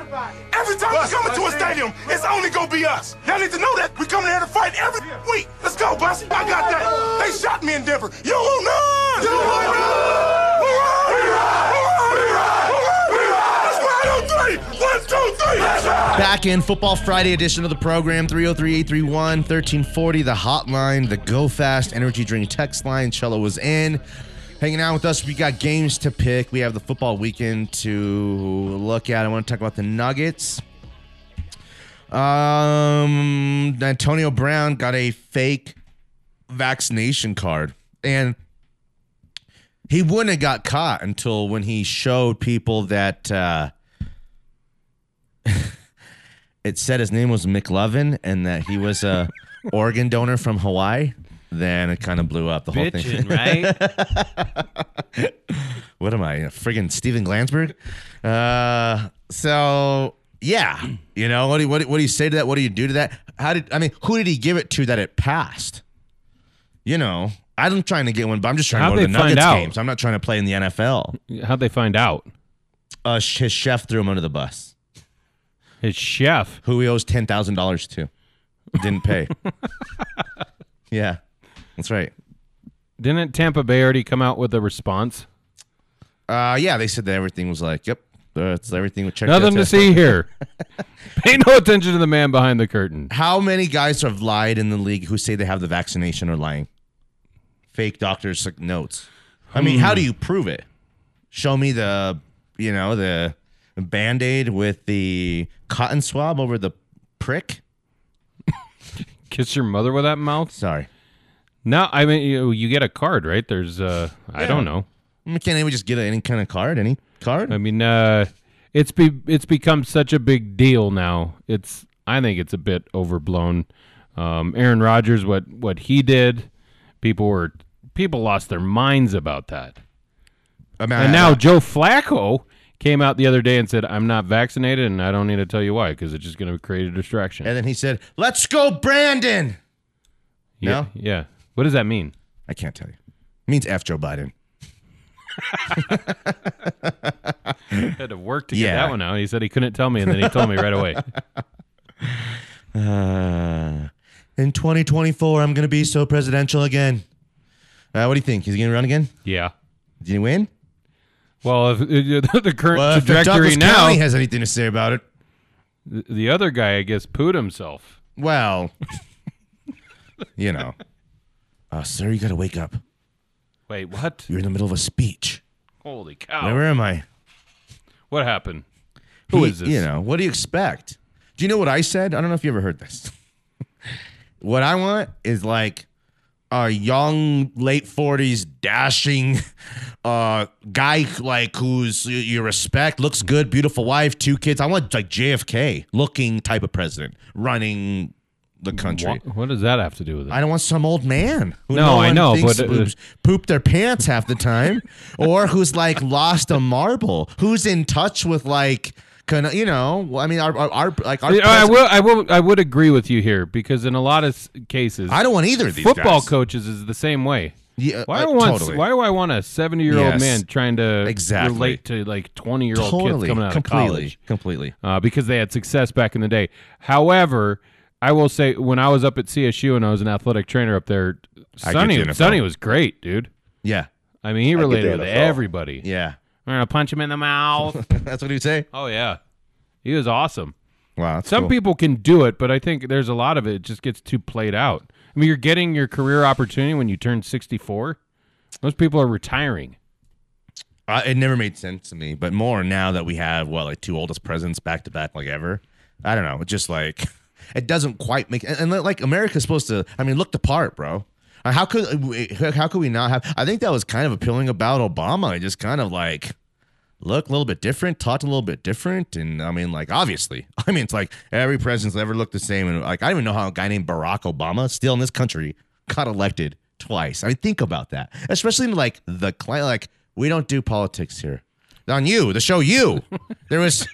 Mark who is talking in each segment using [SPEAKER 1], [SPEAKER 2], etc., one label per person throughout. [SPEAKER 1] Every time we come into a stadium, it's only gonna be us. Y'all need to know that. We coming here to fight every week. Let's go, Bus. I got that. They shot me in Denver. You will not. You will not. Hooray! Hooray! Hooray! Hooray! Let's ride on three. One, two, three. Let's ride.
[SPEAKER 2] Back in Football Friday edition of the program, 303 831 1340, the hotline, the Go Fast Energy Drink text line. Cello was in. Hanging out with us, we got games to pick. We have the football weekend to look at. I want to talk about the Nuggets. Um, Antonio Brown got a fake vaccination card, and he wouldn't have got caught until when he showed people that uh, it said his name was McLovin and that he was a organ donor from Hawaii. Then it kind of blew up the whole thing.
[SPEAKER 3] Bitching, right?
[SPEAKER 2] What am I, a friggin' Steven Glansberg? Uh, so yeah, you know what do you, what, do- what do you say to that? What do you do to that? How did I mean? Who did he give it to that it passed? You know, I'm trying to get one, but I'm just trying
[SPEAKER 4] How'd
[SPEAKER 2] to go to the
[SPEAKER 4] they find
[SPEAKER 2] Nuggets
[SPEAKER 4] out?
[SPEAKER 2] games. I'm not trying to play in the NFL.
[SPEAKER 4] How'd they find out?
[SPEAKER 2] Uh, sh- his chef threw him under the bus.
[SPEAKER 4] His chef.
[SPEAKER 2] Who he owes ten thousand dollars to? Didn't pay. yeah, that's right.
[SPEAKER 4] Didn't Tampa Bay already come out with a response?
[SPEAKER 2] Uh, yeah, they said that everything was like, yep, that's everything was checked.
[SPEAKER 4] Nothing to
[SPEAKER 2] that's-
[SPEAKER 4] see here. Pay no attention to the man behind the curtain.
[SPEAKER 2] How many guys have lied in the league who say they have the vaccination or lying? Fake doctors' like, notes. I mean, how do you prove it? Show me the, you know, the band aid with the cotton swab over the prick.
[SPEAKER 4] Kiss your mother with that mouth?
[SPEAKER 2] Sorry.
[SPEAKER 4] No, I mean you, you get a card, right? There's uh I don't know.
[SPEAKER 2] I mean, Can't anyone just get any kind of card? Any card?
[SPEAKER 4] I mean uh it's be it's become such a big deal now. It's I think it's a bit overblown. Um Aaron Rodgers what what he did, people were people lost their minds about that.
[SPEAKER 2] I mean,
[SPEAKER 4] And
[SPEAKER 2] I-
[SPEAKER 4] now Joe Flacco came out the other day and said, "I'm not vaccinated, and I don't need to tell you why, because it's just going to create a distraction."
[SPEAKER 2] and then he said, "Let's go, Brandon."
[SPEAKER 4] yeah,
[SPEAKER 2] no?
[SPEAKER 4] yeah. What does that mean?
[SPEAKER 2] I can't tell you. It means F Joe Biden.
[SPEAKER 4] had to work to
[SPEAKER 2] Yeah.
[SPEAKER 4] get that one out. He said he couldn't tell me, and then he told me right away.
[SPEAKER 2] Uh, in 2024, I'm going to be so presidential again. Uh, what do you think? He's going to run again?
[SPEAKER 4] Yeah.
[SPEAKER 2] Did he win?
[SPEAKER 4] Well, if, if the current
[SPEAKER 2] Well, if the
[SPEAKER 4] trajectory
[SPEAKER 2] Douglas
[SPEAKER 4] now,
[SPEAKER 2] County has anything to say about it,
[SPEAKER 4] th- the other guy, I guess, pooed himself.
[SPEAKER 2] well, you know. Uh, sir, you got to wake up.
[SPEAKER 4] Wait, what?
[SPEAKER 2] You're in the middle of a speech.
[SPEAKER 4] Holy cow!
[SPEAKER 2] Where am I?
[SPEAKER 4] What happened? Who
[SPEAKER 2] He-
[SPEAKER 4] is this?
[SPEAKER 2] You know, what do you expect? Do you know what I said? I don't know if you ever heard this. what I want is like a young late 40s dashing uh guy like who's y- you respect looks good beautiful wife two kids i want like jfk looking type of president running the country
[SPEAKER 4] Wha- What does that have to do with it?
[SPEAKER 2] I don't want some old man who
[SPEAKER 4] No, I
[SPEAKER 2] one
[SPEAKER 4] know,
[SPEAKER 2] thinks
[SPEAKER 4] but, uh,
[SPEAKER 2] poops- pooped their pants half the time, or who's like lost a marble, who's in touch with like, can, you know, I mean, our, our, our like our.
[SPEAKER 4] Yeah, I
[SPEAKER 2] president-
[SPEAKER 4] will. I will. I would agree with you here because in a lot of s- cases,
[SPEAKER 2] I don't want either of these
[SPEAKER 4] football
[SPEAKER 2] guys.
[SPEAKER 4] coaches is the same way.
[SPEAKER 2] Yeah,
[SPEAKER 4] Why
[SPEAKER 2] uh,
[SPEAKER 4] do I want?
[SPEAKER 2] totally.
[SPEAKER 4] Why do I want a seventy-year-old
[SPEAKER 2] Yes.
[SPEAKER 4] man trying to
[SPEAKER 2] Exactly.
[SPEAKER 4] relate to like twenty-year-old kids
[SPEAKER 2] totally,
[SPEAKER 4] coming out
[SPEAKER 2] completely,
[SPEAKER 4] of college?
[SPEAKER 2] completely.
[SPEAKER 4] uh, because they had success back in the day. However, I will say when I was up at CSU and I was an athletic trainer up there,
[SPEAKER 2] I get
[SPEAKER 4] Sonny,
[SPEAKER 2] the NFL.
[SPEAKER 4] Sonny was great, dude.
[SPEAKER 2] Yeah,
[SPEAKER 4] I mean, he
[SPEAKER 3] the
[SPEAKER 4] related with
[SPEAKER 3] NFL.
[SPEAKER 4] everybody.
[SPEAKER 2] yeah.
[SPEAKER 4] I'm gonna punch him in the mouth.
[SPEAKER 2] That's what he would say.
[SPEAKER 4] oh yeah, he was awesome.
[SPEAKER 2] Wow. that's
[SPEAKER 4] Some
[SPEAKER 2] cool.
[SPEAKER 4] people can do it, but I think there's a lot of it. It just gets too played out. I mean, you're getting your career opportunity when you turn 64. Most people are retiring.
[SPEAKER 2] Uh, it never made sense to me, but more now that we have what like two oldest presidents back to back like ever. I don't know. It's just like it doesn't quite make and, and like America's supposed to. I mean, look the part, bro. Uh, How could we- how could we not have? I think that was kind of appealing about Obama. It just kind of like looked a little bit different, talked a little bit different, and I mean, like obviously, I mean, it's like every president's ever looked the same, and like I don't even know how a guy named Barack Obama still in this country got elected twice. I mean, think about that, especially in like the climate. Like we don't do politics here. On you, the show you, there was.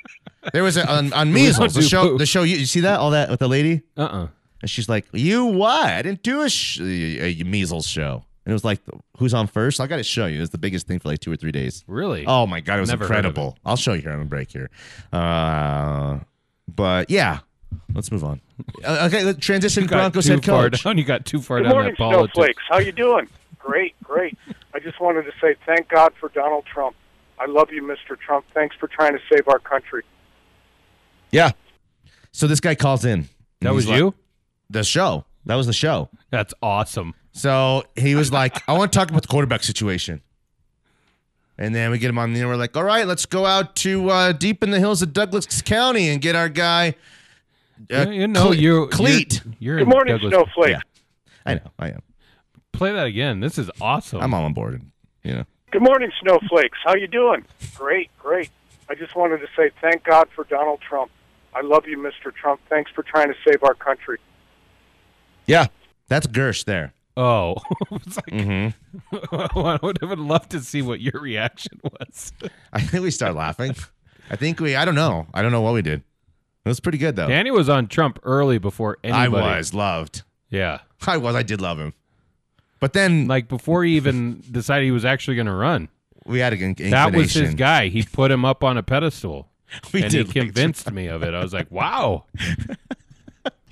[SPEAKER 2] There was a, on, on measles. The
[SPEAKER 4] do
[SPEAKER 2] show,
[SPEAKER 4] poop.
[SPEAKER 2] the show. You, you see that all that with the lady,
[SPEAKER 4] Uh uh
[SPEAKER 2] and she's like, "You what? I didn't do a, sh- a, a measles show." And it was like, "Who's on first? I got to show you." It was the biggest thing for like two or three days.
[SPEAKER 4] Really?
[SPEAKER 2] Oh my god, it was
[SPEAKER 4] Never heard of
[SPEAKER 2] incredible. I'll show you here on a break here. Uh, But yeah, let's move on. Uh, okay, let's transition
[SPEAKER 4] got
[SPEAKER 2] Broncos
[SPEAKER 4] too
[SPEAKER 2] head
[SPEAKER 4] far
[SPEAKER 2] coach.
[SPEAKER 4] down. You got too far
[SPEAKER 3] Good
[SPEAKER 4] down
[SPEAKER 3] morning,
[SPEAKER 4] that politics.
[SPEAKER 3] snowflakes. How you doing? Great, great. I just wanted to say thank God for Donald Trump. I love you, Mr. Trump. Thanks for trying to save our country.
[SPEAKER 2] Yeah. So this guy calls in.
[SPEAKER 4] That
[SPEAKER 2] He's
[SPEAKER 4] was
[SPEAKER 2] like-
[SPEAKER 4] you.
[SPEAKER 2] The show. That was the show.
[SPEAKER 4] That's awesome.
[SPEAKER 2] So he was like, I want to talk about the quarterback situation. And then we get him on the air. We're like, all right, let's go out to uh, deep in the hills of Douglas County and get our guy. uh,
[SPEAKER 4] You- you know
[SPEAKER 2] Cle-
[SPEAKER 4] you.
[SPEAKER 2] Cleat.
[SPEAKER 4] You're, you're
[SPEAKER 3] Good
[SPEAKER 4] in
[SPEAKER 3] morning,
[SPEAKER 4] Douglas.
[SPEAKER 3] snowflakes.
[SPEAKER 2] Yeah. I know. I am.
[SPEAKER 4] Play that again. This is awesome.
[SPEAKER 2] I'm on board. You know.
[SPEAKER 3] Good morning, snowflakes. How you doing? Great, great. I just wanted to say thank God for Donald Trump. I love you, Mr. Trump. Thanks for trying to save our country.
[SPEAKER 2] Yeah. That's Gersh there.
[SPEAKER 4] oh, it's like
[SPEAKER 2] hmm
[SPEAKER 4] Mm-hmm. I would have loved to see what your reaction was.
[SPEAKER 2] I think we start laughing. I think we, I don't know. I don't know what we did. It was pretty good, though.
[SPEAKER 4] Danny was on Trump early before
[SPEAKER 2] I
[SPEAKER 4] anybody.
[SPEAKER 2] was loved.
[SPEAKER 4] Yeah.
[SPEAKER 2] I was. I did love him. But then
[SPEAKER 4] Like before he even decided he was actually going to run.
[SPEAKER 2] we had an inclination.
[SPEAKER 4] That was his guy. He put him up on a pedestal.
[SPEAKER 2] We
[SPEAKER 4] and
[SPEAKER 2] did
[SPEAKER 4] he
[SPEAKER 2] like-
[SPEAKER 4] convinced me of it. I was like, wow.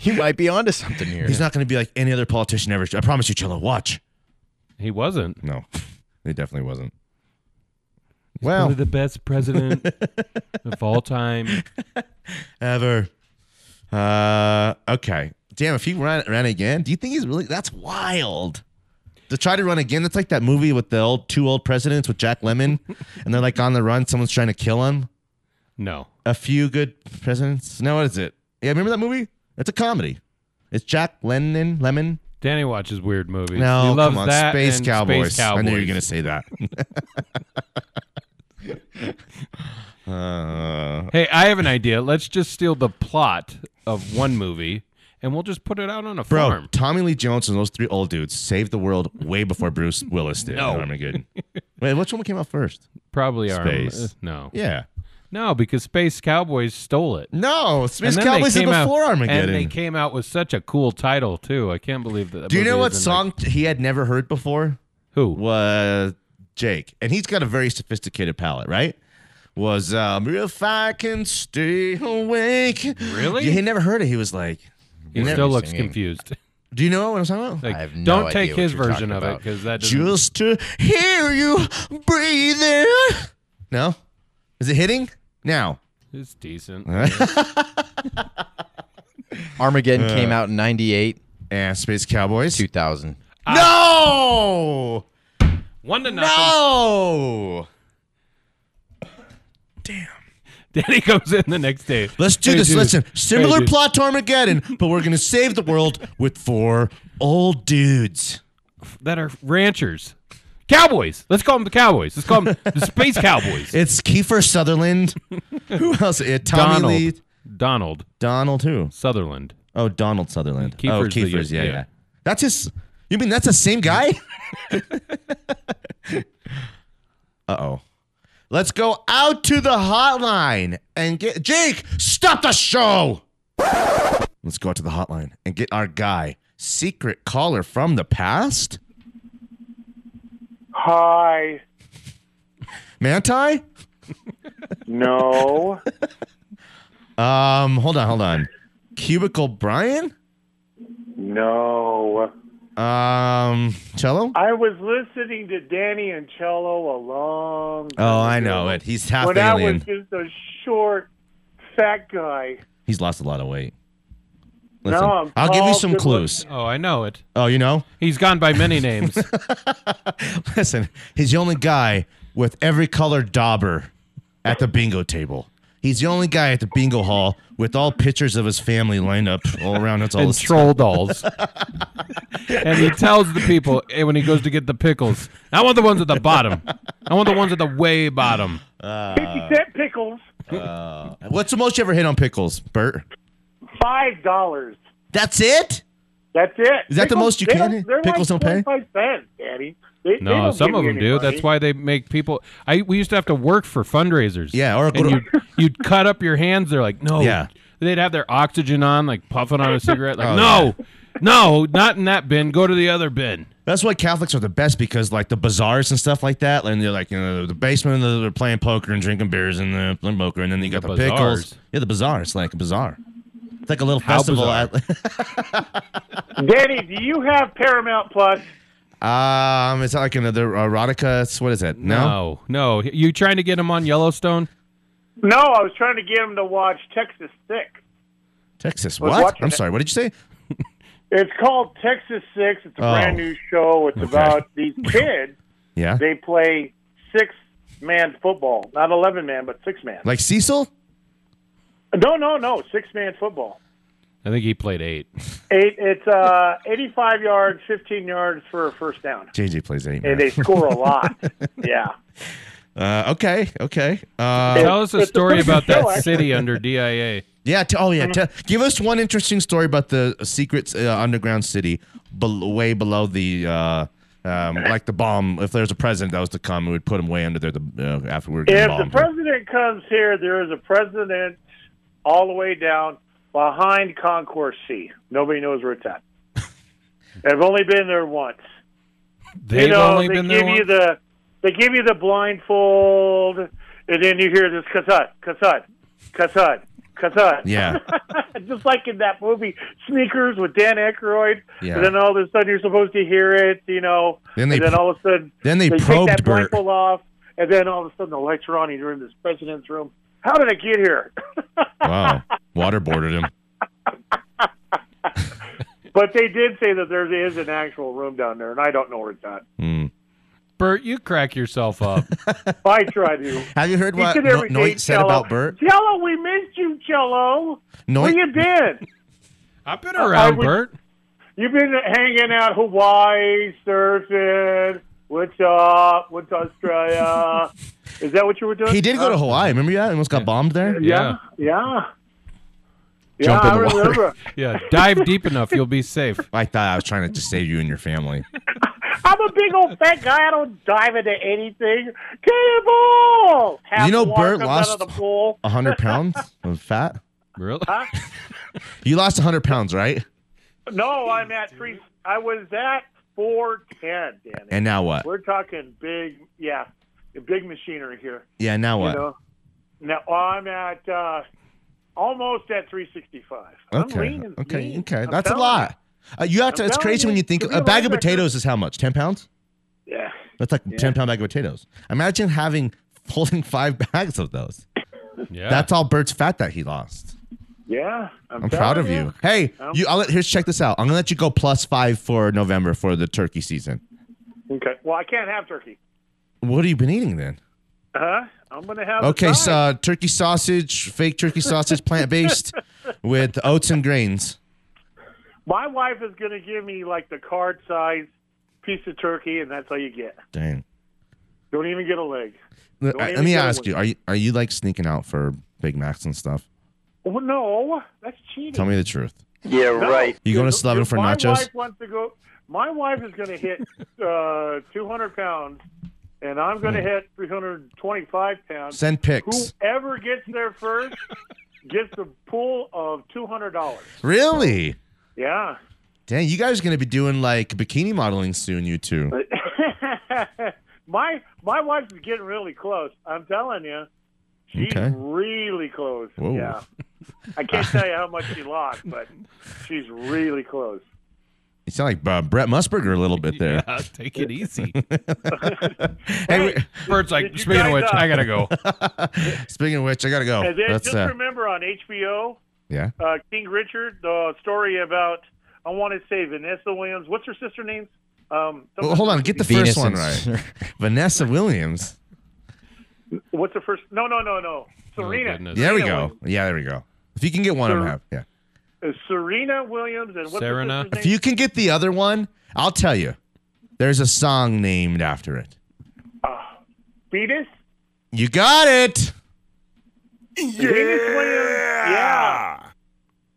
[SPEAKER 5] You might be onto something here.
[SPEAKER 2] He's not going to be like any other politician ever. I promise you, Chilla. Watch.
[SPEAKER 4] He wasn't.
[SPEAKER 2] No, it definitely wasn't.
[SPEAKER 4] Probably
[SPEAKER 2] Well,
[SPEAKER 4] the best president of all time.
[SPEAKER 2] ever. Uh, okay. Damn, if he ran, ran again, do you think he's really? That's wild. To try to run again, that's like that movie with the old two old presidents with Jack Lemon, and they're like on the run. Someone's trying to kill him.
[SPEAKER 4] No.
[SPEAKER 2] A few good presidents. No, what is it? Yeah, remember that movie? It's a comedy. It's Jack Lennon Lemon.
[SPEAKER 4] Danny watches weird movies.
[SPEAKER 2] No,
[SPEAKER 4] he loves
[SPEAKER 2] come on,
[SPEAKER 4] that
[SPEAKER 2] Space,
[SPEAKER 4] and
[SPEAKER 2] Cowboys.
[SPEAKER 4] Space Cowboys.
[SPEAKER 2] I knew you were gonna say that. uh,
[SPEAKER 4] Hey, I have an idea. Let's just steal the plot of one movie and we'll just put it out on a
[SPEAKER 2] bro,
[SPEAKER 4] farm.
[SPEAKER 2] Tommy Lee Jones and those three old dudes saved the world way before Bruce Willis did.
[SPEAKER 4] No.
[SPEAKER 2] in Armageddon. Wait, which one came out first?
[SPEAKER 4] Probably our
[SPEAKER 2] Space.
[SPEAKER 4] uh, no.
[SPEAKER 2] Yeah,
[SPEAKER 4] No, because Space Cowboys stole it.
[SPEAKER 2] no, Space
[SPEAKER 4] And then they
[SPEAKER 2] Cowboys is
[SPEAKER 4] came out-
[SPEAKER 2] before Armageddon.
[SPEAKER 4] And they came out with such a cool title too. I can't believe that. that
[SPEAKER 2] Do you
[SPEAKER 4] movie
[SPEAKER 2] know what
[SPEAKER 4] isn't, like-
[SPEAKER 2] song he had never heard before?
[SPEAKER 4] who?
[SPEAKER 2] was Jake, and he's got a very sophisticated palate, right? Was um, if I can stay awake.
[SPEAKER 4] Really?
[SPEAKER 2] Yeah, he never heard it. He was like,
[SPEAKER 4] He
[SPEAKER 2] never
[SPEAKER 4] still looks
[SPEAKER 5] singing.
[SPEAKER 4] confused.
[SPEAKER 2] "Do you know what I'm talking about?"
[SPEAKER 4] Like,
[SPEAKER 5] I have no
[SPEAKER 4] don't
[SPEAKER 5] idea
[SPEAKER 4] take
[SPEAKER 5] what
[SPEAKER 4] his
[SPEAKER 5] you're
[SPEAKER 4] version
[SPEAKER 5] talking
[SPEAKER 4] of it
[SPEAKER 5] about.
[SPEAKER 4] because that doesn't,
[SPEAKER 2] Just to hear you breathing. No, is it hitting now?
[SPEAKER 4] it's decent.
[SPEAKER 5] Armageddon came out in 98,
[SPEAKER 2] And Space Cowboys.
[SPEAKER 5] 2000.
[SPEAKER 2] No,
[SPEAKER 4] One to nothing.
[SPEAKER 2] no.
[SPEAKER 4] Danny comes in the next day.
[SPEAKER 2] Let's do
[SPEAKER 4] Hey,
[SPEAKER 2] this.
[SPEAKER 4] dude.
[SPEAKER 2] Listen, similar
[SPEAKER 4] dude.
[SPEAKER 2] plot to Armageddon, but we're gonna save the world with four old dudes.
[SPEAKER 4] that are ranchers, cowboys. Let's call them the cowboys. Let's call them the space cowboys.
[SPEAKER 2] It's Kiefer Sutherland. who else? Uh, Tommy
[SPEAKER 4] Donald.
[SPEAKER 2] Lee.
[SPEAKER 4] Donald
[SPEAKER 2] Donald who?
[SPEAKER 4] Sutherland.
[SPEAKER 2] Oh, Donald Sutherland. oh,
[SPEAKER 4] Kiefer's the-
[SPEAKER 2] Kiefer's. yeah,
[SPEAKER 4] yeah.
[SPEAKER 2] yeah, That's his. You mean that's the same guy? uh oh. Let's go out to the hotline and get Jake. Stop the show. Let's go out to the hotline and get our guy, secret caller from the past,
[SPEAKER 3] Hi.
[SPEAKER 2] Manti.
[SPEAKER 3] No.
[SPEAKER 2] Um, hold on, hold on. Cubicle Brian.
[SPEAKER 3] no.
[SPEAKER 2] Um, cello.
[SPEAKER 3] I was listening to Danny and Cello a long time
[SPEAKER 2] Oh, I
[SPEAKER 3] ago.
[SPEAKER 2] know it. He's half
[SPEAKER 3] When I
[SPEAKER 2] alien.
[SPEAKER 3] was just a short, fat guy.
[SPEAKER 2] He's lost a lot of weight.
[SPEAKER 3] Now I'm
[SPEAKER 2] Listen, I'll give you
[SPEAKER 3] tall,
[SPEAKER 2] some
[SPEAKER 3] good
[SPEAKER 2] clues.
[SPEAKER 4] Oh, I know it.
[SPEAKER 2] Oh, you know?
[SPEAKER 4] He's gone by many names.
[SPEAKER 2] Listen, he's the only guy with every color dauber at the bingo table. He's the only guy at the bingo hall with all pictures of his family lined up all around. That's all.
[SPEAKER 4] and
[SPEAKER 2] this-
[SPEAKER 4] troll dolls. and he tells the people eh, when he goes to get the pickles, I want the ones at the bottom. I want the ones at the way bottom.
[SPEAKER 3] Fifty
[SPEAKER 2] Uh,
[SPEAKER 3] cent pickles,
[SPEAKER 2] What's the most you ever hit on pickles, Bert?
[SPEAKER 3] five dollars.
[SPEAKER 2] That's it?
[SPEAKER 3] That's it.
[SPEAKER 2] Is that the most you
[SPEAKER 3] they
[SPEAKER 2] can?
[SPEAKER 3] don't- they're
[SPEAKER 2] Pickles
[SPEAKER 3] like
[SPEAKER 2] don't pay?
[SPEAKER 3] Five cents, Daddy. They, they
[SPEAKER 4] No,
[SPEAKER 3] don't
[SPEAKER 4] some
[SPEAKER 3] give
[SPEAKER 4] of
[SPEAKER 3] you
[SPEAKER 4] them
[SPEAKER 3] any
[SPEAKER 4] do.
[SPEAKER 3] money.
[SPEAKER 4] That's why they make people. I we used to have to work for fundraisers.
[SPEAKER 2] Yeah, or go
[SPEAKER 4] and
[SPEAKER 2] to-
[SPEAKER 4] you'd, you'd cut up your hands. They're like, no.
[SPEAKER 2] Yeah.
[SPEAKER 4] They'd have their oxygen on, like puffing on a cigarette. Like,
[SPEAKER 2] Oh,
[SPEAKER 4] no, no, not in that bin. Go to the other bin.
[SPEAKER 2] That's why Catholics are the best because like the bazaars and stuff like that, and they're like you know the basement, and they're playing poker and drinking beers and the playing poker, and then you got
[SPEAKER 4] The
[SPEAKER 2] the, pickles.
[SPEAKER 4] bazaars.
[SPEAKER 2] Yeah, the bazaar. It's like a bazaar. It's like a little
[SPEAKER 4] How
[SPEAKER 2] festival.
[SPEAKER 4] bizarre.
[SPEAKER 2] At,
[SPEAKER 6] Danny, do you have Paramount Plus?
[SPEAKER 2] um, it's like another erotica. It's, what is it? No,
[SPEAKER 4] No, no. You trying to get him on Yellowstone?
[SPEAKER 6] No, I was trying to get him to watch Texas Six.
[SPEAKER 2] Texas.
[SPEAKER 6] was
[SPEAKER 2] What?
[SPEAKER 6] watching
[SPEAKER 2] I'm
[SPEAKER 6] it.
[SPEAKER 2] sorry. What did you say?
[SPEAKER 6] It's called Texas Six. It's a
[SPEAKER 2] Oh.
[SPEAKER 6] brand new show. It's about these kids.
[SPEAKER 2] Yeah,
[SPEAKER 6] They play six man football, not eleven man, but six man.
[SPEAKER 2] like Cecil.
[SPEAKER 6] No, no, no, six man football.
[SPEAKER 4] I think he played eight.
[SPEAKER 6] Eight. It's uh, eighty-five yards, fifteen yards for a first down,
[SPEAKER 2] JJ plays eight. man.
[SPEAKER 6] and they score a lot. Yeah.
[SPEAKER 2] Uh, okay, okay. Uh,
[SPEAKER 6] It-
[SPEAKER 4] Tell us a
[SPEAKER 6] it's
[SPEAKER 4] story
[SPEAKER 6] pretty good
[SPEAKER 4] about that
[SPEAKER 6] show, actually.
[SPEAKER 4] city under DIA.
[SPEAKER 2] Yeah. T- oh, yeah. T- give us one interesting story about the secret uh, underground city, bel way below the, uh, um, like the bomb. If there's a president that was to come, we would put him way under there. The uh, after we were getting
[SPEAKER 6] If the
[SPEAKER 2] bombed.
[SPEAKER 6] president comes here, there is a president all the way down behind Concourse C. Nobody knows where it's at. I've only been there once.
[SPEAKER 4] They've
[SPEAKER 6] you know,
[SPEAKER 4] only
[SPEAKER 6] they
[SPEAKER 4] been
[SPEAKER 6] give
[SPEAKER 4] there.
[SPEAKER 6] you
[SPEAKER 4] Once?
[SPEAKER 6] the they give you the blindfold, and then you hear this kasad, kasad, kasad, kasad.
[SPEAKER 2] Yeah.
[SPEAKER 6] just like in that movie Sneakers with Dan Aykroyd.
[SPEAKER 2] Yeah.
[SPEAKER 6] And then all of a sudden you're supposed to hear it, you know.
[SPEAKER 2] Then they
[SPEAKER 6] and then
[SPEAKER 2] pro-
[SPEAKER 6] all of a sudden
[SPEAKER 2] then they
[SPEAKER 6] take
[SPEAKER 2] probed
[SPEAKER 6] that
[SPEAKER 2] Bert.
[SPEAKER 6] blindfold off, and then all of a sudden the lights are on, and you're in this president's room. How did I get here?
[SPEAKER 2] wow, waterboarded him.
[SPEAKER 6] but they did say that there is an actual room down there, and I don't know where it's at.
[SPEAKER 4] Bert, you crack yourself up.
[SPEAKER 6] I try to.
[SPEAKER 2] Have you heard what
[SPEAKER 6] Each and
[SPEAKER 2] no-
[SPEAKER 6] every day,
[SPEAKER 2] Noit said
[SPEAKER 6] Jello.
[SPEAKER 2] about Bert?
[SPEAKER 6] Jello, we missed you, Jello. Where
[SPEAKER 2] Noit,
[SPEAKER 6] you been?
[SPEAKER 4] I've been around,
[SPEAKER 6] would-
[SPEAKER 4] Bert.
[SPEAKER 6] You've been hanging out Hawaii, surfing. What's up? What's Australia? Is that what you were doing?
[SPEAKER 2] he did go to Hawaii. Remember that? Almost got bombed there.
[SPEAKER 4] Yeah,
[SPEAKER 6] Yeah. Yeah,
[SPEAKER 5] Jump in
[SPEAKER 6] I
[SPEAKER 5] the water.
[SPEAKER 6] remember.
[SPEAKER 4] yeah. Dive deep enough, you'll be safe.
[SPEAKER 2] I thought I was trying to just save you and your family.
[SPEAKER 6] I'm a big old fat guy. I don't dive into anything. Cannonball! Half
[SPEAKER 2] You know
[SPEAKER 6] the water
[SPEAKER 2] Bert
[SPEAKER 6] comes
[SPEAKER 2] lost-
[SPEAKER 6] out of the pool.
[SPEAKER 2] A hundred pounds of fat.
[SPEAKER 4] Really?
[SPEAKER 2] You lost a hundred pounds, right?
[SPEAKER 6] No, I'm at three. I was at four ten, Danny.
[SPEAKER 2] And now what?
[SPEAKER 6] We're talking big, yeah, big machinery here.
[SPEAKER 2] Yeah, now what?
[SPEAKER 6] You know, now I'm at uh, almost at 365.
[SPEAKER 2] Okay.
[SPEAKER 6] I'm leaning,
[SPEAKER 2] okay.
[SPEAKER 6] leaning.
[SPEAKER 2] Okay.
[SPEAKER 6] I'm
[SPEAKER 2] That's a
[SPEAKER 6] telling
[SPEAKER 2] lot. Uh, you have
[SPEAKER 6] I'm
[SPEAKER 2] to. It's
[SPEAKER 6] telling
[SPEAKER 2] crazy
[SPEAKER 6] you,
[SPEAKER 2] when you think
[SPEAKER 6] to be
[SPEAKER 2] a
[SPEAKER 6] a
[SPEAKER 2] bag of
[SPEAKER 6] linebacker-
[SPEAKER 2] potatoes is how much? Ten pounds.
[SPEAKER 6] you. Yeah.
[SPEAKER 2] That's like a ten pound bag of potatoes. Imagine having holding five bags of those.
[SPEAKER 4] Yeah.
[SPEAKER 2] That's all Bert's fat that he lost.
[SPEAKER 6] Yeah. I'm,
[SPEAKER 2] I'm proud
[SPEAKER 6] telling
[SPEAKER 2] of you. Hey,
[SPEAKER 6] Um,
[SPEAKER 2] you. I'll let, here's check this out. I'm gonna let you go plus five for November for the turkey season.
[SPEAKER 6] Okay. Well, I can't have turkey.
[SPEAKER 2] What have you been eating then?
[SPEAKER 6] Huh? I'm going to have.
[SPEAKER 2] Okay,
[SPEAKER 6] a
[SPEAKER 2] so
[SPEAKER 6] side.
[SPEAKER 2] uh, turkey sausage, fake turkey sausage, plant based, with oats and grains.
[SPEAKER 6] My wife is going to give me like the card size piece of turkey, and that's all you get.
[SPEAKER 2] Dang.
[SPEAKER 6] Don't even get a leg.
[SPEAKER 2] Let-
[SPEAKER 6] Don't
[SPEAKER 2] let
[SPEAKER 6] even
[SPEAKER 2] me
[SPEAKER 6] get a
[SPEAKER 2] ask
[SPEAKER 6] one.
[SPEAKER 2] you: Are you are you like sneaking out for Big Macs and stuff?
[SPEAKER 6] Well, no, that's cheating.
[SPEAKER 2] Tell me the truth.
[SPEAKER 7] Yeah, right.
[SPEAKER 2] You going to
[SPEAKER 6] If-
[SPEAKER 2] Slaven
[SPEAKER 6] if
[SPEAKER 2] for
[SPEAKER 6] my
[SPEAKER 2] nachos?
[SPEAKER 6] Wife wants to go, my wife is going to hit uh, 200 pounds, and I'm going to hit 325
[SPEAKER 2] Hmm.
[SPEAKER 6] pounds.
[SPEAKER 2] Send pics.
[SPEAKER 6] Whoever gets there first gets a pool of $200.
[SPEAKER 2] Really?
[SPEAKER 6] Yeah.
[SPEAKER 2] Dang, you guys are gonna be doing like bikini modeling soon, you two.
[SPEAKER 6] my my wife is getting really close. I'm telling you. She's
[SPEAKER 2] Okay.
[SPEAKER 6] really close.
[SPEAKER 2] Whoa.
[SPEAKER 6] Yeah. I can't tell you how much she lost, but she's really close.
[SPEAKER 2] You sound like uh, Brett Musburger a little bit there.
[SPEAKER 4] Yeah, take it easy.
[SPEAKER 2] Hey,
[SPEAKER 4] Bert's
[SPEAKER 6] Did
[SPEAKER 4] like,
[SPEAKER 6] you
[SPEAKER 4] speaking of
[SPEAKER 6] guys,
[SPEAKER 4] which,
[SPEAKER 6] uh,
[SPEAKER 4] I gotta go.
[SPEAKER 2] we- speaking of which, I gotta go.
[SPEAKER 6] And then
[SPEAKER 2] That's
[SPEAKER 6] just
[SPEAKER 2] uh,
[SPEAKER 6] remember on HBO,
[SPEAKER 2] yeah.
[SPEAKER 6] uh, King Richard, the story about I want to say Vanessa Williams. What's her sister name? Um,
[SPEAKER 2] Well, Oh, hold on, get the
[SPEAKER 5] Venus
[SPEAKER 2] first one right.
[SPEAKER 5] and-
[SPEAKER 2] Vanessa Williams.
[SPEAKER 6] What's the first? No, no, no, no.
[SPEAKER 4] Oh,
[SPEAKER 6] Serena.
[SPEAKER 4] goodness.
[SPEAKER 2] There we
[SPEAKER 6] Serena
[SPEAKER 2] go. Yeah, there we go. If you can get one, I'm
[SPEAKER 6] Ser-
[SPEAKER 2] happy. Yeah.
[SPEAKER 6] Williams. Uh, Serena Williams and what's
[SPEAKER 4] Serena.
[SPEAKER 6] her sister's
[SPEAKER 2] If
[SPEAKER 6] name?
[SPEAKER 2] you can get the other one, I'll tell you. There's a song named after it.
[SPEAKER 6] Venus.
[SPEAKER 2] You got it.
[SPEAKER 6] Venus Williams. Yeah.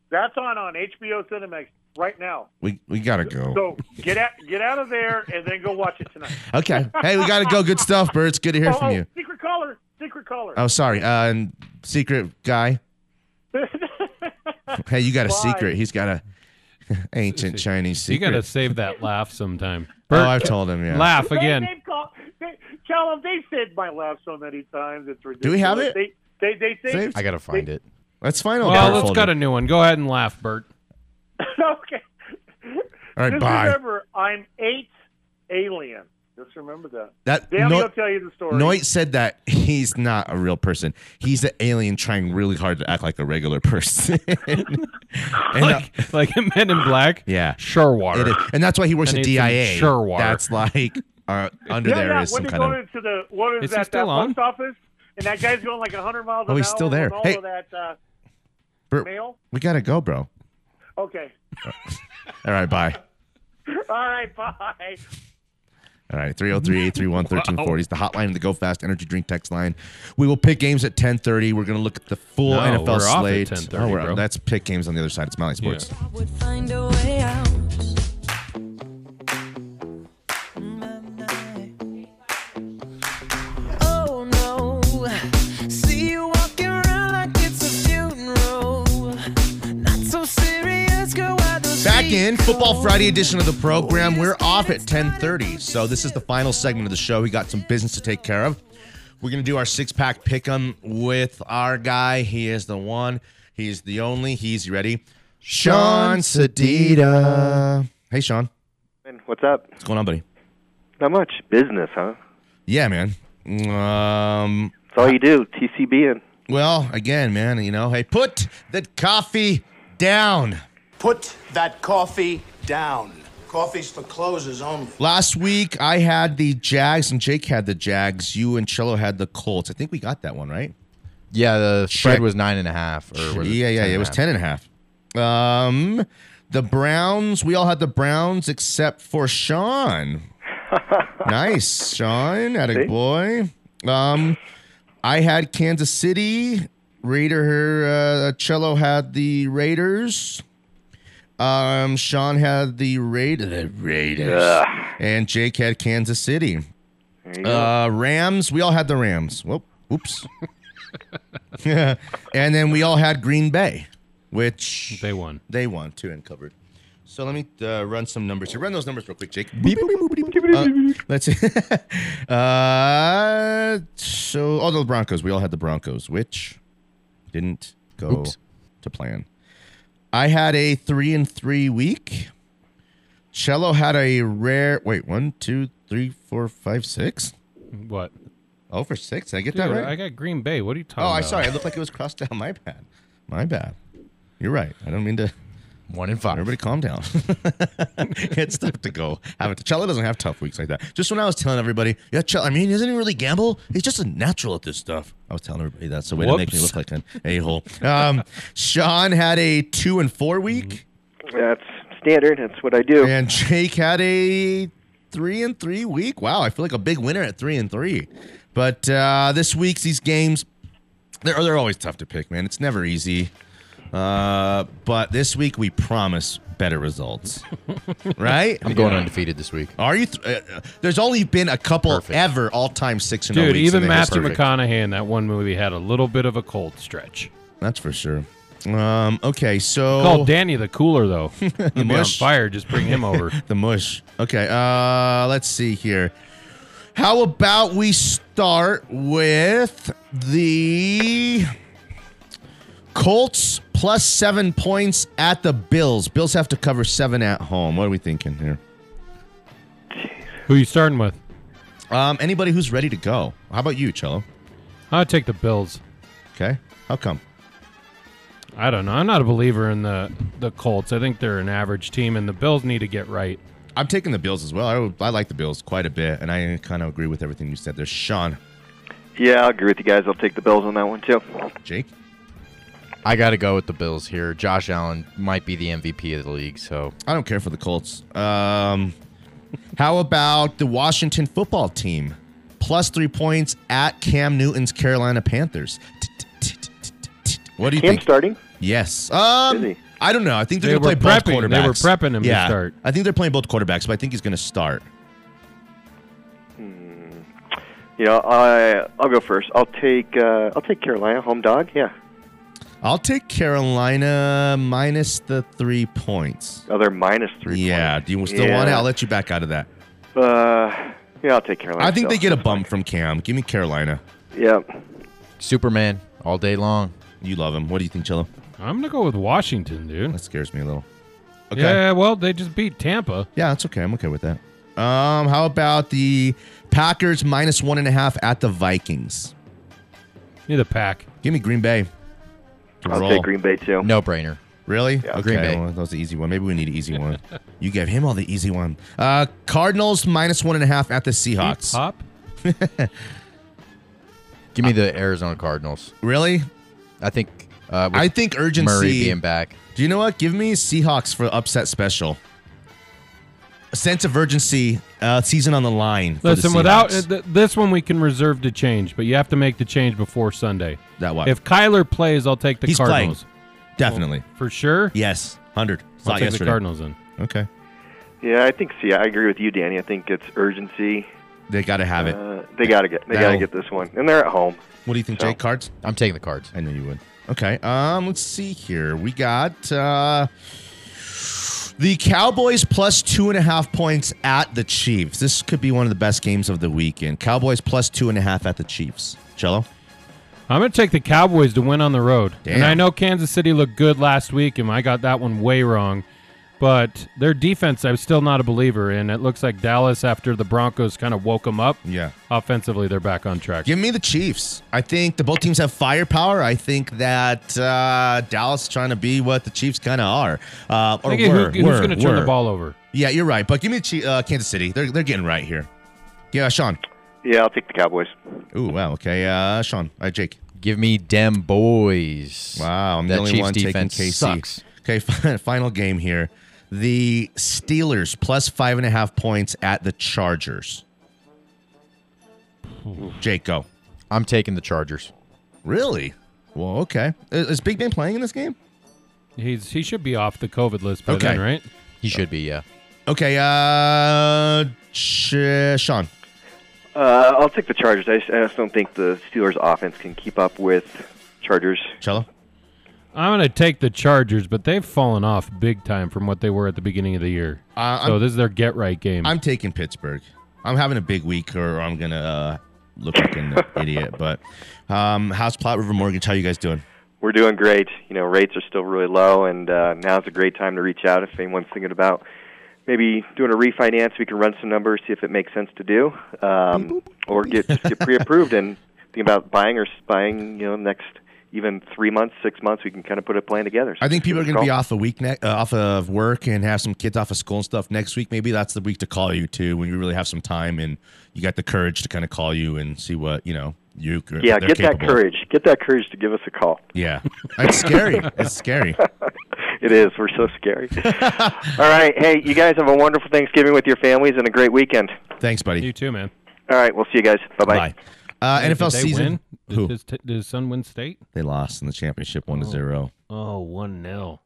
[SPEAKER 6] That's on on HBO Cinemax right now.
[SPEAKER 2] We we gotta go.
[SPEAKER 6] So get out, get out of there, and then go watch it tonight.
[SPEAKER 2] Okay. Hey, we gotta go. Good stuff, Bert. It's good to hear
[SPEAKER 6] oh,
[SPEAKER 2] from you.
[SPEAKER 6] secret caller, secret caller.
[SPEAKER 2] Oh, sorry. Uh, and secret guy. Hey, you got a
[SPEAKER 6] Bye.
[SPEAKER 2] secret. He's got a Ancient Chinese
[SPEAKER 4] You
[SPEAKER 2] secret.
[SPEAKER 4] gotta save that laugh sometime.
[SPEAKER 2] oh, I've told him. Yeah.
[SPEAKER 4] laugh
[SPEAKER 6] They,
[SPEAKER 4] again.
[SPEAKER 6] they've called, they, tell them they said my laugh so many times. It's ridiculous.
[SPEAKER 2] we have
[SPEAKER 6] They, they, they think.
[SPEAKER 2] Saved?
[SPEAKER 5] I gotta find it.
[SPEAKER 2] Let's find out.
[SPEAKER 4] Well,
[SPEAKER 2] Bert
[SPEAKER 4] let's
[SPEAKER 2] folder.
[SPEAKER 4] got a new one. Go ahead and laugh, Bert.
[SPEAKER 6] okay.
[SPEAKER 2] All right,
[SPEAKER 6] Just
[SPEAKER 2] bye.
[SPEAKER 6] remember, I'm eight alien. Just remember that.
[SPEAKER 2] That
[SPEAKER 6] Damn,
[SPEAKER 2] no-
[SPEAKER 6] he'll tell you the story.
[SPEAKER 2] Noit said that he's not a real person. He's an alien trying really hard to act like a regular person. and, uh,
[SPEAKER 4] Like, like in Men in Black.
[SPEAKER 2] yeah,
[SPEAKER 4] Sure
[SPEAKER 2] it
[SPEAKER 4] water.
[SPEAKER 2] is. And that's why he works
[SPEAKER 4] I
[SPEAKER 2] at
[SPEAKER 4] need some
[SPEAKER 2] DIA.
[SPEAKER 4] Sherwar.
[SPEAKER 2] That's like uh, under
[SPEAKER 6] yeah,
[SPEAKER 2] there is
[SPEAKER 6] yeah.
[SPEAKER 2] some
[SPEAKER 6] when they
[SPEAKER 2] kind
[SPEAKER 6] go
[SPEAKER 2] of.
[SPEAKER 6] into the what is,
[SPEAKER 4] Is he
[SPEAKER 6] that?
[SPEAKER 4] still
[SPEAKER 6] that
[SPEAKER 4] on?
[SPEAKER 6] post office, and that guy's going like 100 miles.
[SPEAKER 2] Oh,
[SPEAKER 6] an
[SPEAKER 2] he's
[SPEAKER 6] hour
[SPEAKER 2] still there.
[SPEAKER 6] with All
[SPEAKER 2] Hey.
[SPEAKER 6] of that uh,
[SPEAKER 2] Bert,
[SPEAKER 6] mail.
[SPEAKER 2] we gotta go, bro.
[SPEAKER 6] Okay.
[SPEAKER 2] All right, bye.
[SPEAKER 6] All right. Bye.
[SPEAKER 2] All right, 303-831-1340 is the hotline of the Go Fast Energy Drink text line. We will pick games at 1030. We're going to look at the full
[SPEAKER 4] No,
[SPEAKER 2] NFL
[SPEAKER 4] we're off at
[SPEAKER 2] slate. Oh,
[SPEAKER 4] 10:30,
[SPEAKER 2] we're-
[SPEAKER 4] bro.
[SPEAKER 2] That's pick games on the other side. It's Molly Sports.
[SPEAKER 7] I would find a way out. Mm, Oh no, see you walking around like it's a funeral. Not so serious, girl. why those
[SPEAKER 2] Back
[SPEAKER 7] feet
[SPEAKER 2] in Football
[SPEAKER 7] cold?
[SPEAKER 2] Friday edition of the program. We're off at 10:30. So this is the final segment of the show. We got some business to take care of. We're going to do our six-pack pick 'em with our guy. He is the one. He's the only. He's you ready. Sean Sedita. Hey Sean.
[SPEAKER 8] What's up?
[SPEAKER 2] What's going on, buddy?
[SPEAKER 8] Not much. Business, huh?
[SPEAKER 2] Yeah, man. Um
[SPEAKER 8] That's all you do. TCB and
[SPEAKER 2] Well, again, man, you know, hey, put the coffee down.
[SPEAKER 9] Put that coffee down. Coffee's for closers only.
[SPEAKER 2] Last week, I had the Jags and Jake had the Jags. You and Cello had the Colts. I think we got that one, right?
[SPEAKER 5] Yeah, the spread
[SPEAKER 2] Check.
[SPEAKER 5] was nine and a half. Or was it
[SPEAKER 2] yeah, yeah,
[SPEAKER 5] 10 and
[SPEAKER 2] it
[SPEAKER 5] a
[SPEAKER 2] was
[SPEAKER 5] half?
[SPEAKER 2] 10 and a half. Um, the Browns, we all had the Browns except for Sean. nice, Sean, at a boy. Um, I had Kansas City. Raider, uh, Cello had the Raiders. Um, Sean had the Raiders. The Raiders. And Jake had Kansas City. Uh, Rams, we all had the Rams. Whoop, oops. and then we all had Green Bay, which
[SPEAKER 4] They won.
[SPEAKER 2] they won two and covered. So let me uh, run some numbers here. Run those numbers real quick, Jake. Uh, let's see. uh, so, oh, the Broncos. We all had the Broncos, which didn't go
[SPEAKER 5] Oops.
[SPEAKER 2] to plan. I had a three and three week. Cello had a rare. Wait, one, two, three, four, five, six.
[SPEAKER 4] What?
[SPEAKER 2] Oh, for six. Did I get
[SPEAKER 4] Dude,
[SPEAKER 2] that right?
[SPEAKER 4] I got Green Bay. What are you talking
[SPEAKER 2] Oh,
[SPEAKER 4] about?
[SPEAKER 2] I'm sorry. It looked like it was crossed out. My bad. My bad. You're right. I don't mean to.
[SPEAKER 5] one and five.
[SPEAKER 2] Everybody, calm down. it's tough to go. Have it. Cello doesn't have tough weeks like that. Just when I was telling everybody, yeah, Cello. I mean, doesn't he really gamble? He's just a natural at this stuff. I was telling everybody that, so way to make me
[SPEAKER 4] Whoops.
[SPEAKER 2] look like an a hole. Um, Sean had a two and four week,
[SPEAKER 8] that's standard. That's what I do.
[SPEAKER 2] and Jake had a three and three week. Wow, I feel like a big winner at three and three. But uh, this week's these games, they're they're always tough to pick, man. It's never easy. Uh, but this week we promise better results, right?
[SPEAKER 5] I'm going undefeated this week.
[SPEAKER 2] Are you? Th- uh, uh, there's only been a couple
[SPEAKER 5] Perfect.
[SPEAKER 2] ever all time six and oh
[SPEAKER 4] Dude,
[SPEAKER 2] weeks
[SPEAKER 4] even
[SPEAKER 2] in the
[SPEAKER 4] Matthew
[SPEAKER 2] history.
[SPEAKER 4] McConaughey in that one movie had a little bit of a cold stretch.
[SPEAKER 2] That's for sure. Um, okay, so
[SPEAKER 4] Called Danny the Cooler though. He'd be on
[SPEAKER 2] mush.
[SPEAKER 4] fire. Just bring him over.
[SPEAKER 2] the mush. Okay, uh, let's see here. How about we start with the Colts plus seven points at the Bills. Bills have to cover seven at home. What are we thinking here?
[SPEAKER 4] Who you starting with?
[SPEAKER 2] Um, anybody who's ready to go? How about you, Cello?
[SPEAKER 4] I'll take the Bills.
[SPEAKER 2] Okay, how come?
[SPEAKER 4] I don't know. I'm not a believer in the the Colts. I think they're an average team, and the Bills need to get right.
[SPEAKER 2] I'm taking the Bills as well. I, would, I like the Bills quite a bit, and I kind of agree with everything you said there. Sean,
[SPEAKER 8] Yeah, I agree with you guys. I'll take the Bills on that one too.
[SPEAKER 2] Jake,
[SPEAKER 5] I gotta go with the Bills here. Josh Allen might be the MVP of the league, so
[SPEAKER 2] I don't care for the Colts. Um, how about the Washington football team? Plus three points at Cam Newton's Carolina Panthers. What do you
[SPEAKER 8] Cam
[SPEAKER 2] think?
[SPEAKER 8] starting.
[SPEAKER 2] Yes. Um,
[SPEAKER 8] Busy.
[SPEAKER 2] I don't know. I think
[SPEAKER 4] They
[SPEAKER 2] they're
[SPEAKER 4] were
[SPEAKER 2] going to play both
[SPEAKER 4] prepping-
[SPEAKER 2] quarterbacks.
[SPEAKER 4] they were prepping him to
[SPEAKER 2] yeah.
[SPEAKER 4] start.
[SPEAKER 2] I think they're playing both quarterbacks, but I think he's going to start.
[SPEAKER 8] You know, I I'll go first. I'll take uh, I'll take Carolina home dog. Yeah,
[SPEAKER 2] I'll take Carolina minus the three points.
[SPEAKER 8] Other Oh, minus three.
[SPEAKER 2] yeah. Do you still
[SPEAKER 8] Yeah.
[SPEAKER 2] want it? I'll let you back out of that.
[SPEAKER 8] Uh, yeah, I'll take Carolina.
[SPEAKER 2] I think they
[SPEAKER 8] still.
[SPEAKER 2] get a bump from Cam. Give me Carolina.
[SPEAKER 8] Yeah.
[SPEAKER 5] Superman all day long.
[SPEAKER 2] You love him. What do you think, Chilla?
[SPEAKER 4] I'm gonna go with Washington, dude.
[SPEAKER 2] That scares me a little. Okay.
[SPEAKER 4] Yeah, well, they just beat Tampa.
[SPEAKER 2] Yeah, that's okay. I'm okay with that. Um, how about the Packers minus one and a half at the Vikings?
[SPEAKER 4] Need a pack.
[SPEAKER 2] Give me Green Bay. to
[SPEAKER 8] I'll
[SPEAKER 2] roll.
[SPEAKER 8] take Green Bay too.
[SPEAKER 5] No brainer.
[SPEAKER 2] Really? okay,
[SPEAKER 5] Green Bay.
[SPEAKER 2] well, that was the easy one. Maybe we need an easy one. you gave him all the easy one. Uh, Cardinals minus one and a half at the Seahawks.
[SPEAKER 4] Pop.
[SPEAKER 5] Give me the Arizona Cardinals.
[SPEAKER 2] Really?
[SPEAKER 5] I think. Uh, with
[SPEAKER 2] I think urgency.
[SPEAKER 5] Murray being back.
[SPEAKER 2] Do you know what? Give me Seahawks for upset special. A sense of urgency, uh, season on the line. For
[SPEAKER 4] Listen,
[SPEAKER 2] the
[SPEAKER 4] without
[SPEAKER 2] Seahawks.
[SPEAKER 4] uh, th- this one, we can reserve to change, but you have to make the change before Sunday.
[SPEAKER 2] that one,
[SPEAKER 4] If Kyler plays, I'll take the
[SPEAKER 2] He's playing.
[SPEAKER 4] Cardinals
[SPEAKER 2] definitely
[SPEAKER 4] for sure.
[SPEAKER 2] yes, hundred. It's
[SPEAKER 4] I'll take
[SPEAKER 2] not
[SPEAKER 4] the
[SPEAKER 2] yesterday.
[SPEAKER 4] Cardinals in.
[SPEAKER 2] Okay,
[SPEAKER 8] Yeah, I think. See, I agree with you, Danny. I think it's urgency.
[SPEAKER 2] they got to have it.
[SPEAKER 8] Uh, they gotta get. They
[SPEAKER 2] That'll-
[SPEAKER 8] gotta get this one, and they're at home.
[SPEAKER 2] What do you think,
[SPEAKER 8] so-
[SPEAKER 2] Jake? Cards?
[SPEAKER 5] I'm taking the Cards.
[SPEAKER 2] I know you would. Okay. Um, let's see here. We got uh the Cowboys plus two and a half points at the Chiefs. This could be one of the best games of the weekend. Cowboys plus two and a half at the Chiefs. Cello?
[SPEAKER 4] I'm going to take the Cowboys to win on the road.
[SPEAKER 2] Damn.
[SPEAKER 4] And I know Kansas City looked good last week, and I got that one way wrong. But their defense, I'm still not a believer in. It looks like Dallas, after the Broncos kind of woke them up,
[SPEAKER 2] Yeah.
[SPEAKER 4] offensively, they're back on track.
[SPEAKER 2] Give me the Chiefs. I think the both teams have firepower. I think that uh, Dallas is trying to be what the Chiefs kind of are, uh, or
[SPEAKER 4] Think of
[SPEAKER 2] were.
[SPEAKER 4] who- who's
[SPEAKER 2] were,
[SPEAKER 4] going to turn
[SPEAKER 2] were.
[SPEAKER 4] the ball over?
[SPEAKER 2] Yeah, you're right. But give me the Chiefs, uh, Kansas City. They're they're getting right here. Yeah, Sean.
[SPEAKER 8] Yeah, I'll take the Cowboys.
[SPEAKER 2] Ooh, wow. Okay, uh, Sean. Uh, Jake.
[SPEAKER 5] Give me dem boys.
[SPEAKER 2] Wow, I'm
[SPEAKER 5] That
[SPEAKER 2] the only
[SPEAKER 5] Chiefs
[SPEAKER 2] one taking
[SPEAKER 5] defense
[SPEAKER 2] KC.
[SPEAKER 5] sucks.
[SPEAKER 2] Okay, fi- final game here. The Steelers plus five and a half points at the Chargers. Jake, go.
[SPEAKER 5] I'm taking the Chargers.
[SPEAKER 2] Really? Well, okay. Is, is Big Ben playing in this game?
[SPEAKER 4] He's he should be off the COVID list by
[SPEAKER 2] Okay.
[SPEAKER 4] then, right?
[SPEAKER 5] He should be. Yeah.
[SPEAKER 2] Okay, uh, Sh- Sean.
[SPEAKER 8] Uh, I'll take the Chargers. I just, I just don't think the Steelers' offense can keep up with Chargers.
[SPEAKER 2] Cello?
[SPEAKER 4] I'm going to take the Chargers, but they've fallen off big time from what they were at the beginning of the year.
[SPEAKER 2] Uh,
[SPEAKER 4] so
[SPEAKER 2] I'm-
[SPEAKER 4] this is their get right game.
[SPEAKER 2] I'm taking Pittsburgh. I'm having a big week, or I'm going to uh, look like an idiot. But um, House Plot River Mortgage, how you guys doing?
[SPEAKER 8] We're doing great. You know, rates are still really low, and uh, now's a great time to reach out if anyone's thinking about maybe doing a refinance. We can run some numbers, see if it makes sense to do, um, or get just get pre-approved and think about buying or s- buying. You know, next even three months, six months, we can kind of put a plan together. So
[SPEAKER 2] I think people are
[SPEAKER 8] give
[SPEAKER 2] going
[SPEAKER 8] us a
[SPEAKER 2] to be
[SPEAKER 8] call.
[SPEAKER 2] off a week, ne- uh, off of work, and have some kids off of school and stuff next week. Maybe that's the week to call you too, when you really have some time and you got the courage to kind of call you and see what you know you.
[SPEAKER 8] Yeah,
[SPEAKER 2] they're
[SPEAKER 8] get
[SPEAKER 2] capable
[SPEAKER 8] that
[SPEAKER 2] of.
[SPEAKER 8] courage. Get that courage to give us a call.
[SPEAKER 2] Yeah, it's scary. it's scary.
[SPEAKER 8] It is. We're so scary. All right. Hey, you guys have a wonderful Thanksgiving with your families and a great weekend.
[SPEAKER 2] Thanks, buddy.
[SPEAKER 4] you too, man.
[SPEAKER 8] All right. We'll see you guys. Bye-bye.
[SPEAKER 2] Bye. Uh,
[SPEAKER 4] Did
[SPEAKER 2] NFL
[SPEAKER 4] they
[SPEAKER 2] season.
[SPEAKER 4] Win?
[SPEAKER 2] Who?
[SPEAKER 4] Did, his t- did his son win state?
[SPEAKER 2] They lost in the championship one to zero.
[SPEAKER 4] Oh, one nil.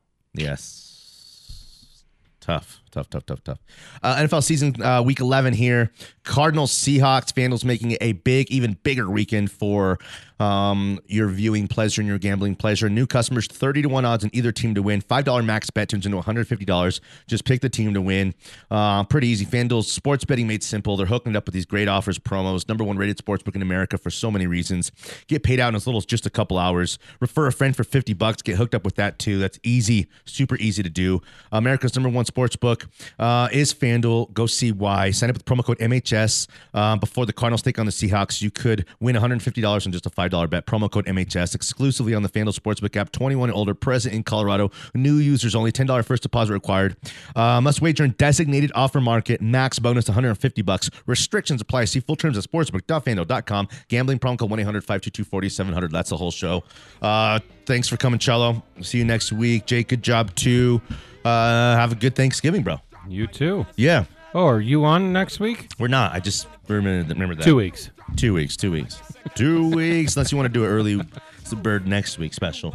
[SPEAKER 2] Yes. Tough, tough, tough, tough, tough. Uh, NFL season uh, week 11 here. Cardinals, Seahawks, Vandals making it a big, even bigger weekend for um, your viewing pleasure and your gambling pleasure. New customers, 30 to 1 odds on either team to win. $5 max bet turns into $150. Just pick the team to win. Uh, pretty easy. FanDuel sports betting made simple. They're hooking it up with these great offers, promos. Number one rated sportsbook in America for so many reasons. Get paid out in as little as just a couple hours. Refer a friend for 50 bucks. Get hooked up with that too. That's easy, super easy to do. America's number one sportsbook uh, is FanDuel. Go see why. Sign up with promo code MHS uh, before the Cardinals take on the Seahawks. You could win $150 on just a $5 bet. Promo code MHS exclusively on the FanDuel Sportsbook app. 21 and older, present in Colorado. New users only. $10 first deposit required. Uh, must wager in designated offer market. Max bonus 150 bucks. Restrictions apply. See full terms at sportsbook.fando.com. Gambling problem call 1 800 522 4700. That's the whole show. Uh, thanks for coming, Cello. See you next week. Jake, good job too. Uh, have a good Thanksgiving, bro.
[SPEAKER 4] You too.
[SPEAKER 2] Yeah,
[SPEAKER 4] Oh, are you on next week?
[SPEAKER 2] we're not. I just remember, remember that.
[SPEAKER 4] Two weeks.
[SPEAKER 2] Two weeks. Two weeks. two weeks. Unless you want to do it early. It's the bird next week special.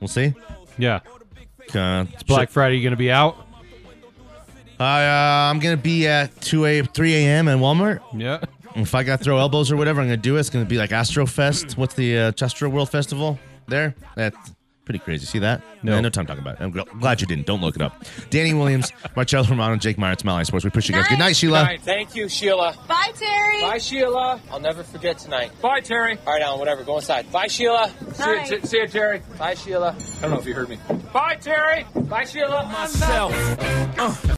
[SPEAKER 2] We'll see.
[SPEAKER 4] Yeah.
[SPEAKER 2] Uh,
[SPEAKER 4] Black Friday, you going to be out?
[SPEAKER 2] I, uh, I'm gonna be at two a three a.m. in Walmart.
[SPEAKER 4] Yeah.
[SPEAKER 2] If I got to throw elbows or whatever, I'm gonna do it. It's gonna be like Astro Fest. What's the uh, Astro World Festival? there. That's pretty crazy. See that?
[SPEAKER 4] No.
[SPEAKER 2] Eh, no time talking about it. I'm gl- glad you didn't. Don't look it up. Danny Williams, Marcello Romano, Jake Meyer. It's Malay Sports. We appreciate you guys. Good night, Sheila.
[SPEAKER 10] Thank you, Sheila.
[SPEAKER 11] Bye, Terry.
[SPEAKER 10] Bye, Sheila. I'll never forget tonight. Bye, Terry. All right, Alan, whatever. Go inside. Bye, Sheila.
[SPEAKER 11] Bye.
[SPEAKER 10] See, you, see you, Terry. Bye, Sheila. I don't know if you heard me. Bye, Terry. Bye, Sheila. Myself.